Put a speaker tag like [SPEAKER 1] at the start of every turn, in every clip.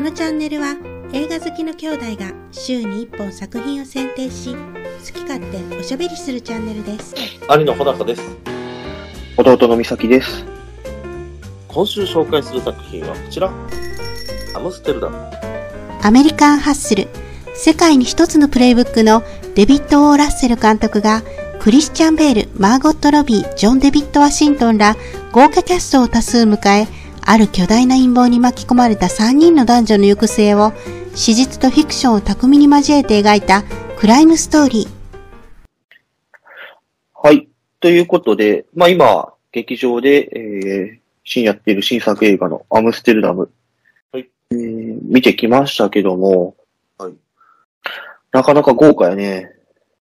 [SPEAKER 1] のチャンネルは映画好きの兄弟が週に1本作品を選定し好き勝手おしゃべりするチャンネルです
[SPEAKER 2] 兄の穂高です。
[SPEAKER 3] 弟の美咲です。
[SPEAKER 2] 今週紹介する作品はこちら。アムステルダム。
[SPEAKER 1] アメリカンハッスル世界に一つのプレイブックのデビッド・オー・ラッセル監督がクリスチャン・ベール、マーゴット・ロビー、ジョン・デビッド・ワシントンら豪華キャストを多数迎えある巨大な陰謀に巻き込まれた3人の男女の行く末を史実とフィクションを巧みに交えて描いたクライムストーリー
[SPEAKER 3] はい。ということで、まあ今、劇場で、えー、新やっている新作映画のアムステルダム。
[SPEAKER 2] はい。
[SPEAKER 3] えー、見てきましたけども、
[SPEAKER 2] はい。
[SPEAKER 3] なかなか豪華やね。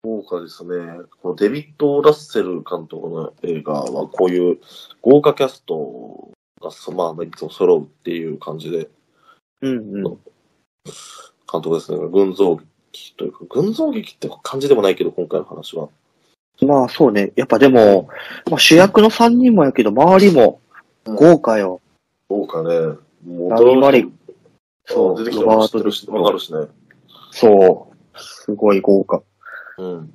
[SPEAKER 2] 豪華ですね。このデビッド・ラッセル監督の映画はこういう豪華キャストがそまあ、いつも揃うっていう感じで、
[SPEAKER 3] うんうん。
[SPEAKER 2] 監督ですね。群像劇というか、群像劇って感じでもないけど、今回の話は。
[SPEAKER 3] まあそうね。やっぱでも、まあ、主役の3人もやけど、周りも豪華よ。
[SPEAKER 2] 豪華ね。もう
[SPEAKER 3] ラミマリッ
[SPEAKER 2] そ、
[SPEAKER 3] そうう
[SPEAKER 2] 出てきたの知ってるし、
[SPEAKER 3] ロバート
[SPEAKER 2] わかるしね。
[SPEAKER 3] そう。すごい豪華。
[SPEAKER 2] うん。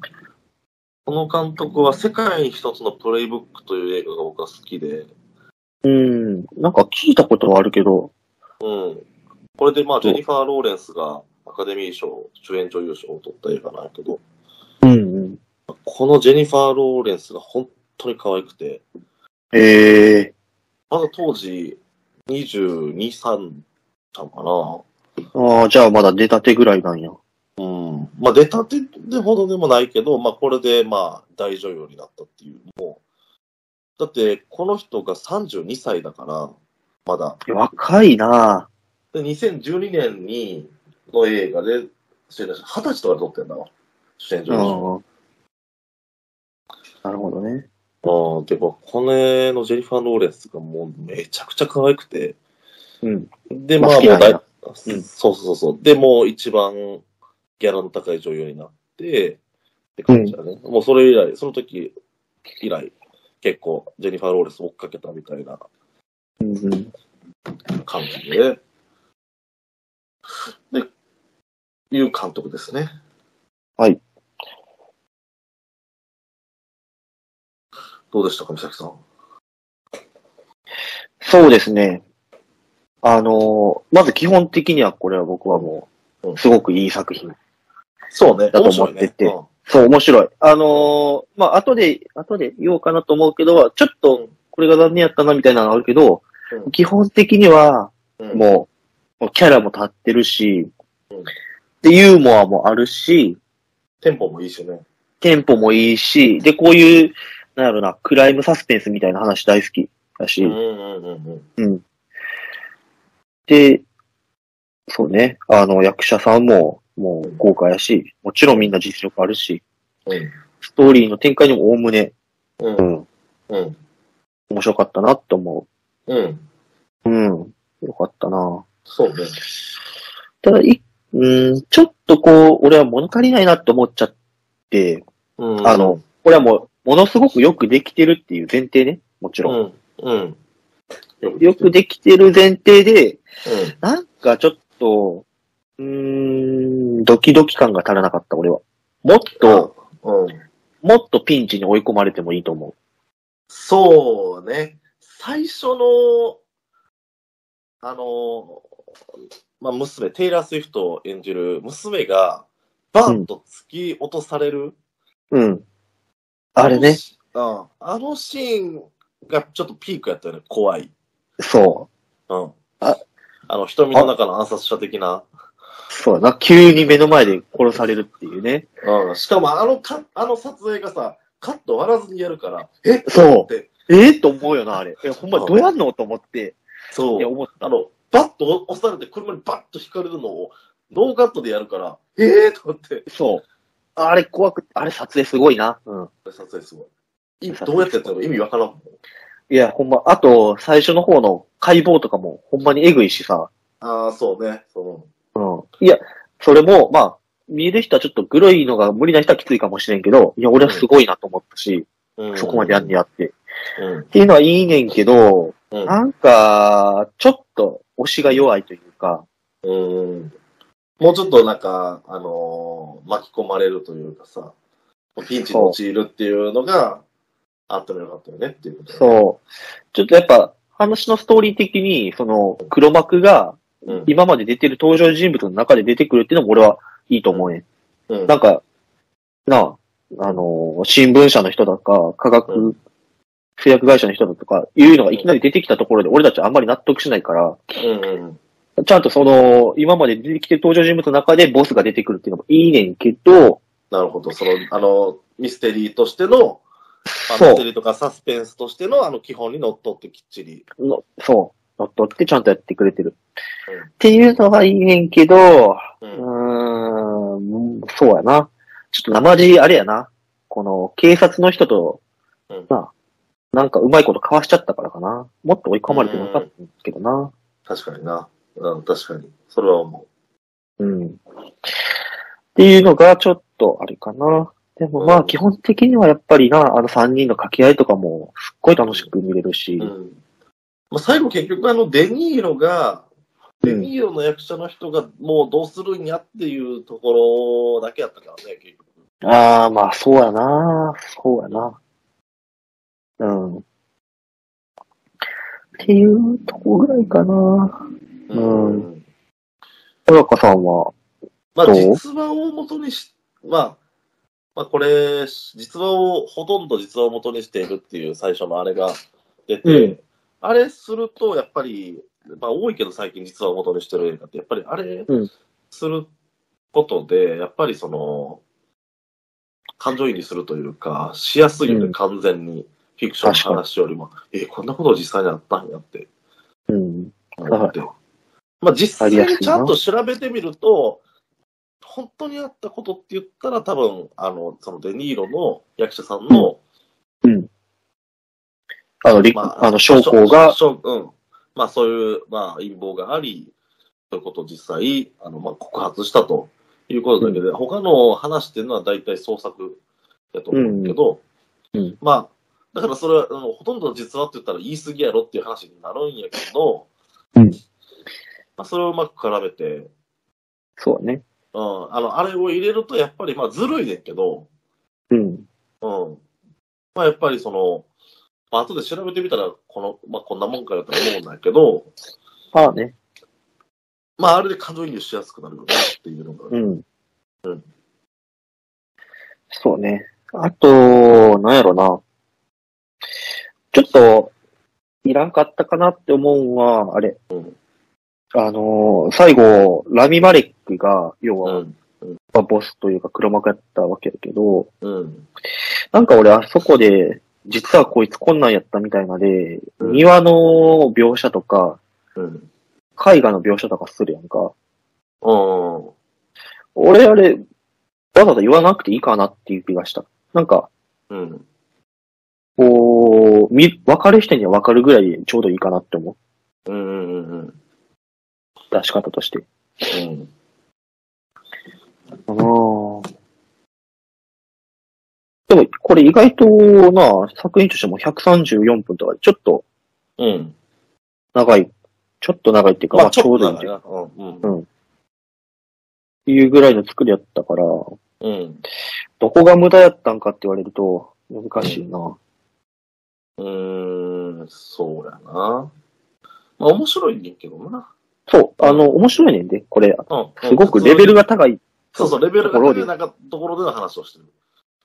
[SPEAKER 2] この監督は世界一つのプレイブックという映画が僕は好きで、
[SPEAKER 3] うん。なんか聞いたことはあるけど、
[SPEAKER 2] うん。これでまあ、ジ
[SPEAKER 3] そう
[SPEAKER 2] ェニファー・ローレンスがアカデミー賞、主演女優賞を取った映画なんやけど、
[SPEAKER 3] うんうん。
[SPEAKER 2] このジェニファー・ローレンスが本当に可愛くて、
[SPEAKER 3] ええ
[SPEAKER 2] まだ当時22、3だったの
[SPEAKER 3] ー。ああ、じゃあまだ出たてぐらいなんや。
[SPEAKER 2] かな。うん。まあ、出たてでほどでもないけど、まあ、これでまあ、大女優になったっていう。もう、だって、この人が32歳だから、まだ。
[SPEAKER 3] 若いな
[SPEAKER 2] で、2012年に、の映画で、主演女優賞20歳とかで撮ってんだわ。主演
[SPEAKER 3] ぁ。う
[SPEAKER 2] 女優賞。
[SPEAKER 3] ん。なるほどね。
[SPEAKER 2] ああ、でも、これのジェニファー・ローレンスがもうめちゃくちゃ可愛くて。
[SPEAKER 3] うん。
[SPEAKER 2] で、
[SPEAKER 3] ま
[SPEAKER 2] まあ、
[SPEAKER 3] あ好き
[SPEAKER 2] も
[SPEAKER 3] な
[SPEAKER 2] うん
[SPEAKER 3] や
[SPEAKER 2] だい、そうそうそうそう。で、もう一番ギャラの高い女優になって、って感じだね。もうそれ以来、その時以来、結構ジェニファー・ローレンス追っかけたみたいな
[SPEAKER 3] うんうん。
[SPEAKER 2] 感じで。で、いう監督ですね。
[SPEAKER 3] はい。
[SPEAKER 2] どうでしたか、美咲さん。
[SPEAKER 3] そうですね。あのーまず基本的にはこれは僕はも
[SPEAKER 2] うん
[SPEAKER 3] う、すごくいい作品。
[SPEAKER 2] そうね。
[SPEAKER 3] だと
[SPEAKER 2] 面
[SPEAKER 3] 思
[SPEAKER 2] 白い
[SPEAKER 3] っ
[SPEAKER 2] ね
[SPEAKER 3] てて
[SPEAKER 2] うん
[SPEAKER 3] そう、面白い。あのーまあ、後で、後で言おうかなと思うけど、ちょっと、これが残念やったなみたいなのあるけど、
[SPEAKER 2] うん
[SPEAKER 3] 基本的には、
[SPEAKER 2] うん
[SPEAKER 3] もう、もうキャラも立ってるし、
[SPEAKER 2] うん
[SPEAKER 3] で、ユーモアもあるし、
[SPEAKER 2] テンポもいいしね。
[SPEAKER 3] テンポもいいし、で、こういう、なんやろな、クライムサスペンスみたいな話大好きだし、
[SPEAKER 2] うんうんうんうん。
[SPEAKER 3] で、そうね、あの、役者さんも、もう豪華やし、もちろんみんな実力あるし、ストーリーの展開にもおおむね、
[SPEAKER 2] うん。
[SPEAKER 3] う
[SPEAKER 2] うん。
[SPEAKER 3] ん、
[SPEAKER 2] うん。
[SPEAKER 3] 面白かったなって思
[SPEAKER 2] うん。
[SPEAKER 3] う。うん、よかったな。
[SPEAKER 2] そうね。
[SPEAKER 3] ただ、い、うん、ちょっとこう、俺は物足りないなって思っちゃって、
[SPEAKER 2] うん。
[SPEAKER 3] あの、これはもう、ものすごくよくできてるっていう前提ね、もち
[SPEAKER 2] う
[SPEAKER 3] ろん。
[SPEAKER 2] ん。うん。
[SPEAKER 3] よくできてる前提で、
[SPEAKER 2] うん。
[SPEAKER 3] なんかちょっと、うーん、ドキドキ感が足らなかった、俺は。もっと、
[SPEAKER 2] うん。
[SPEAKER 3] もっとピンチに追い込まれてもいいと思
[SPEAKER 2] そうね。最初の、あの、まあ、娘、テイラー・スウィフトを演じる娘が、バーンと突き落とされる。
[SPEAKER 3] う。うん。あれね、
[SPEAKER 2] の。うん。あのシーンがちょっとピークやったよね。怖い。
[SPEAKER 3] そ
[SPEAKER 2] うん。
[SPEAKER 3] あ
[SPEAKER 2] あの、瞳の中の暗殺者的な。
[SPEAKER 3] う。そうだな、急に目の前で殺されるっていうね。
[SPEAKER 2] うん、しかもあのか、あの撮影がさ、カット割らずにやるから、え
[SPEAKER 3] そ
[SPEAKER 2] で
[SPEAKER 3] う。ええと思うよな、あれ。え、ほんま
[SPEAKER 2] うん
[SPEAKER 3] どうやんのと思って、
[SPEAKER 2] そ
[SPEAKER 3] いや、
[SPEAKER 2] う。
[SPEAKER 3] 思っ
[SPEAKER 2] あ
[SPEAKER 3] た。
[SPEAKER 2] の、バッと押されて車にバッと引かれるのを、ノーカットでやるから、ええと思って、
[SPEAKER 3] そう。あれ怖くて、あれ撮影すごいな。うん。
[SPEAKER 2] これ撮影すごい。意味どうやってやったのか意味わからんもん。
[SPEAKER 3] いや、ほんま、あと、最初の方の解剖とかも、ほんまにエグいしさ。
[SPEAKER 2] ああ、そうね。そ
[SPEAKER 3] うん。いや、それも、まあ、見る人はちょっとグロいのが無理な人はきついかもしれんけど、いや、俺はすごいなと思ったし、
[SPEAKER 2] の、うん
[SPEAKER 3] そこまでやんねやって。っ
[SPEAKER 2] うん。
[SPEAKER 3] ていうのはいいねんけど、
[SPEAKER 2] うん。
[SPEAKER 3] なんか、ちょっと推しが弱いというか、
[SPEAKER 2] うん。もうちょっとなんか、あのー巻き込まれるというかさ、ピンチに陥るっていうのがあったらよかったよねっていうことだよね、
[SPEAKER 3] そう。ちょっとやっぱ、話のストーリー的に、その、黒幕が、
[SPEAKER 2] うん
[SPEAKER 3] 今まで出てる登場人物の中で出てくるっていうのも俺はいいと思うね。
[SPEAKER 2] うん
[SPEAKER 3] なんか、なあ、あのー新聞社の人だか、科
[SPEAKER 2] う
[SPEAKER 3] 学、製薬会社の人だとか、いうのがいきなり出てきたところで俺たちはあんまり納得しないから、
[SPEAKER 2] うんうん
[SPEAKER 3] ちゃんとその、今まで出てきてる登場人物の中でボスが出てくるっていうのもいいねんけど、
[SPEAKER 2] なるほど。その、あの、ミステリーとしての、まあ
[SPEAKER 3] そう
[SPEAKER 2] ミステリーとかサスペンスとしての、あの、基本にのっとってきっちり。
[SPEAKER 3] のそう、乗っ取ってちゃんとやってくれてる。
[SPEAKER 2] うん
[SPEAKER 3] っていうのがいいねんけど、
[SPEAKER 2] う。
[SPEAKER 3] うんーん、そうやな。ちょっと生地、あれやな。この、警察の人と、
[SPEAKER 2] うん
[SPEAKER 3] な、なんかうまいこと交わしちゃったからかな。もっと追い込まれてなかったんですけどな。
[SPEAKER 2] 確かにな。うん、確かに。それは思
[SPEAKER 3] うん。っていうのが、ちょっと、あれかな。でもま
[SPEAKER 2] う
[SPEAKER 3] あ、
[SPEAKER 2] ん
[SPEAKER 3] 基本的にはやっぱりな、あの3人の掛け合いとかも、すっごい楽しく見れるし、
[SPEAKER 2] う。うん。まあ、最後結局、あの、デニーロが、
[SPEAKER 3] うん
[SPEAKER 2] デニーロの役者の人がもうどうするんやっていうところだけやったからね、結局。
[SPEAKER 3] ああ、まあ、そうやな。そうやな。うん。っていうとこぐらいかな。うん
[SPEAKER 2] ん。
[SPEAKER 3] 小高さんは、
[SPEAKER 2] まあ、
[SPEAKER 3] どう
[SPEAKER 2] 実話を元にし、まあ、まあ、これ、実話を、ほとんど実話を元にしているっていう最初のあれが出て、
[SPEAKER 3] うん
[SPEAKER 2] あれすると、やっぱり、まあ、多いけど最近実話を元にしてる映画って、やっぱりあれ
[SPEAKER 3] うん
[SPEAKER 2] することで、やっぱりその、感情移入するというか、しやすいよね、
[SPEAKER 3] うん
[SPEAKER 2] 完全に。フィクションの
[SPEAKER 3] 確かに
[SPEAKER 2] 話よりも、え、こんなこと実際にあったんやって。
[SPEAKER 3] うん。
[SPEAKER 2] 思ってまあ実際
[SPEAKER 3] ありやすい
[SPEAKER 2] に
[SPEAKER 3] な
[SPEAKER 2] ちゃんと調べてみると、本当にあったことって言ったら多分、あの、そのデニーロの役者さんの、
[SPEAKER 3] あの、り
[SPEAKER 2] まあ、
[SPEAKER 3] あの、将校が、
[SPEAKER 2] 将将うん。まあそういう、まあ陰謀があり、そういうことを実際、あの、まあ告発したということだけで、他の話っていうのは大体創作だと思うけど、
[SPEAKER 3] うんうん
[SPEAKER 2] まあ、だからそれは、あのほとんど実話って言ったら言い過ぎやろっていう話になるんやけど、
[SPEAKER 3] うん
[SPEAKER 2] まあそれをうまく絡めて、
[SPEAKER 3] そうね。
[SPEAKER 2] うん、あの、あれを入れると、やっぱり、まあ、ずるいねんけど、
[SPEAKER 3] うん。
[SPEAKER 2] うん。まあ、やっぱり、その、まあ、後で調べてみたら、この、まあ、こんなもんかよとは思うんだけど、
[SPEAKER 3] まあね。
[SPEAKER 2] まあ、あれで感情移入しやすくなるよねっていうのが。
[SPEAKER 3] うん。そうね。あと、なんやろな。ちょっと、いらんかったかなって思うのは、あれ。
[SPEAKER 2] うん
[SPEAKER 3] あのー最後、ラミマレックが、要
[SPEAKER 2] う
[SPEAKER 3] は、
[SPEAKER 2] ん。
[SPEAKER 3] まあボスというか黒幕やったわけだけど、
[SPEAKER 2] うん。
[SPEAKER 3] なんか俺あそこで、実はこいつこんなんやったみたいなで、
[SPEAKER 2] うん
[SPEAKER 3] 庭の描写とか、
[SPEAKER 2] うん。
[SPEAKER 3] 絵画の描写とかするやんか。
[SPEAKER 2] うん。
[SPEAKER 3] 俺、あれ、わざわざ言わなくていいかなっていう気がした。なんか、
[SPEAKER 2] うん。
[SPEAKER 3] こう、み、分かる人には分かるぐらいでちょうどいいかなって思
[SPEAKER 2] うん。うん。うん。
[SPEAKER 3] う。出し方として。
[SPEAKER 2] うん。
[SPEAKER 3] ああ。でも、これ意外とな、作品としても134分とかで、ちょっと
[SPEAKER 2] うん。
[SPEAKER 3] 長い、ちょっと長いっていうか、まあ、ちょうどいいって
[SPEAKER 2] ないいうな。うん。
[SPEAKER 3] いうぐらいの作りやったから、ど
[SPEAKER 2] うん。
[SPEAKER 3] こが無駄やったんかって言われると、難しいな。
[SPEAKER 2] うん。うん。そうやな。まあ、面白いねんけどな。
[SPEAKER 3] そう、あの、面白いねんで、これ。
[SPEAKER 2] うん。
[SPEAKER 3] すごくレベ
[SPEAKER 2] ル。
[SPEAKER 3] ルが高い
[SPEAKER 2] そうそう、レベル
[SPEAKER 3] と
[SPEAKER 2] が
[SPEAKER 3] ころ
[SPEAKER 2] ね、
[SPEAKER 3] で
[SPEAKER 2] なんか、ところでの話をしてる。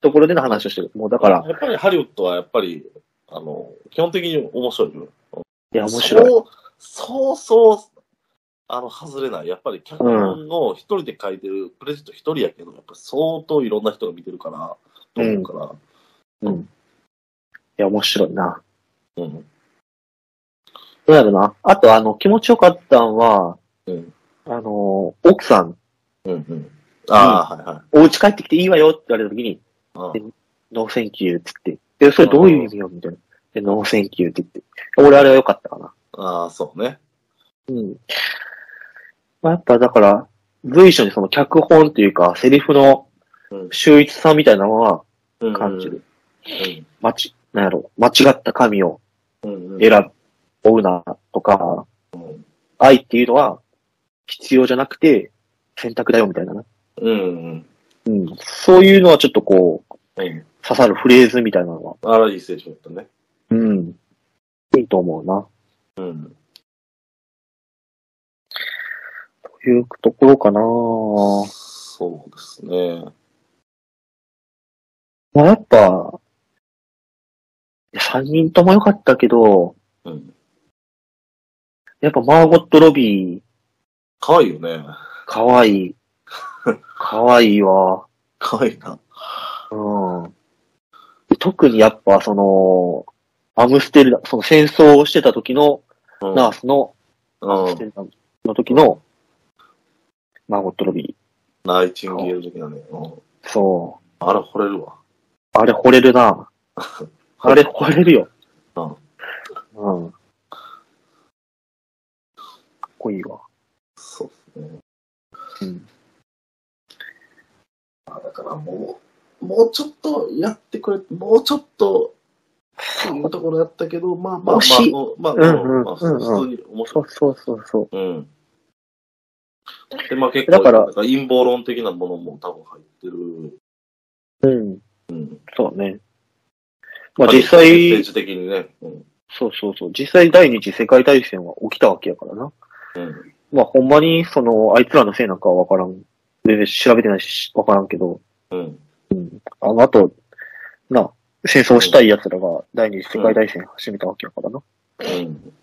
[SPEAKER 3] ところでの話をしてる。もうだから、
[SPEAKER 2] やっぱりハリウッドはやっぱり、あの、基本的に面白いよ。
[SPEAKER 3] いや、面白い。
[SPEAKER 2] そう、そうそう、あの、外れない。やっぱり脚本を一人で書いてる、クレジット一人やけど、やっぱ相当いろんな人が見てるから、と思うから。
[SPEAKER 3] いや、面白いな。
[SPEAKER 2] うん。
[SPEAKER 3] どうやろな。あと、あの、気持ちよかったんは、
[SPEAKER 2] うん
[SPEAKER 3] あの、奥さん、
[SPEAKER 2] うんうん。ああ、はいはい。
[SPEAKER 3] お家帰ってきていいわよって言われた時に、
[SPEAKER 2] あ
[SPEAKER 3] ノーセンキューっつって。え、それどういう意味よみたいな。で、ノーセンキューって言って。俺、あれは良かったかな。
[SPEAKER 2] ああ、そうね。
[SPEAKER 3] うん。まあ、やっぱ、だから、随所にその脚本っていうか、セリフの
[SPEAKER 2] うん
[SPEAKER 3] 秀逸さみたいなのは
[SPEAKER 2] うん
[SPEAKER 3] 感じる。。
[SPEAKER 2] うん
[SPEAKER 3] まち、なんやろ、間違った神を
[SPEAKER 2] うんうん。
[SPEAKER 3] 選ぶ、追うな、とか、愛っていうのは、必要じゃなくて、選択だよみたいなね。
[SPEAKER 2] うん。
[SPEAKER 3] うん。そういうのはちょっとこう、
[SPEAKER 2] うん。
[SPEAKER 3] 刺さるフレーズみたいなのは、
[SPEAKER 2] あら、いい選手だったね。
[SPEAKER 3] うん。いいと思うな。
[SPEAKER 2] うん。
[SPEAKER 3] というところかな
[SPEAKER 2] そうですね。
[SPEAKER 3] まあやっぱ、3人とも良かったけど、
[SPEAKER 2] うん。
[SPEAKER 3] やっぱマーゴット・ロビー、
[SPEAKER 2] かわいいよね。
[SPEAKER 3] かわい い。かわいいわ。
[SPEAKER 2] かわいいな。
[SPEAKER 3] うん。特にやっぱその、アムステルダム、その戦争をしてた時の
[SPEAKER 2] うん。
[SPEAKER 3] ナースの、アム
[SPEAKER 2] う
[SPEAKER 3] ステ
[SPEAKER 2] ん。
[SPEAKER 3] ルダムの時の、マーゴット・ロビ
[SPEAKER 2] ナイチンゲール的なね。うん。
[SPEAKER 3] ー。そう。
[SPEAKER 2] あれ、惚れるわ。
[SPEAKER 3] あれ惚れるな。あれ惚れるよ。
[SPEAKER 2] うん
[SPEAKER 3] うん。かっこいいわ。
[SPEAKER 2] そうですね。
[SPEAKER 3] うん。
[SPEAKER 2] あだからもう、もうちょっとやってくれ、もうちょっと、そういうところやったけど、まあまあまあ
[SPEAKER 3] 惜しい、
[SPEAKER 2] まあ、
[SPEAKER 3] うんうん
[SPEAKER 2] まあ、
[SPEAKER 3] うんうん
[SPEAKER 2] 普通に面白
[SPEAKER 3] そうそうそうそう。
[SPEAKER 2] い。うん。で、まあ結構、
[SPEAKER 3] だから
[SPEAKER 2] なん陰謀論的なものも多分入ってる。
[SPEAKER 3] うん。
[SPEAKER 2] うん。
[SPEAKER 3] そうね。ま
[SPEAKER 2] やっぱり
[SPEAKER 3] あ実
[SPEAKER 2] メッ
[SPEAKER 3] 際、
[SPEAKER 2] セージ的にね。うん。
[SPEAKER 3] そうそうそう。実際第二次世界大戦は起きたわけやからな。
[SPEAKER 2] うん。
[SPEAKER 3] まあほんまに、その、あいつらのせいなんかはわからん。全然調べてないし、わからんけど、
[SPEAKER 2] うん。
[SPEAKER 3] あの後、な、戦争したい奴らが第二次世界大戦始めたわけやからな。
[SPEAKER 2] うん。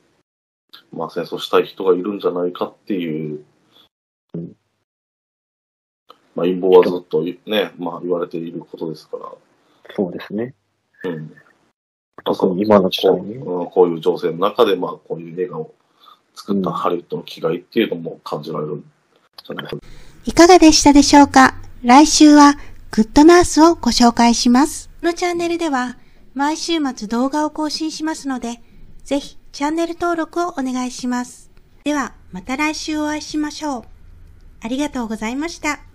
[SPEAKER 2] まあ戦争したい人がいるんじゃないかっていう。
[SPEAKER 3] うん
[SPEAKER 2] まあ陰謀はずっとね、まあ言われていることですから。
[SPEAKER 3] そうですね。
[SPEAKER 2] うん。
[SPEAKER 3] 特に今の時代
[SPEAKER 2] こう
[SPEAKER 3] ね。
[SPEAKER 2] うんこういう情勢の中で、まあ、こういう映画を作った
[SPEAKER 3] うん
[SPEAKER 2] ハリウッドの気概っていうのも感じられるんじゃないか
[SPEAKER 1] いかがでしたでしょうか来週はグッドナースをご紹介します。このチャンネルでは毎週末動画を更新しますので、ぜひチャンネル登録をお願いします。ではまた来週お会いしましょう。ありがとうございました。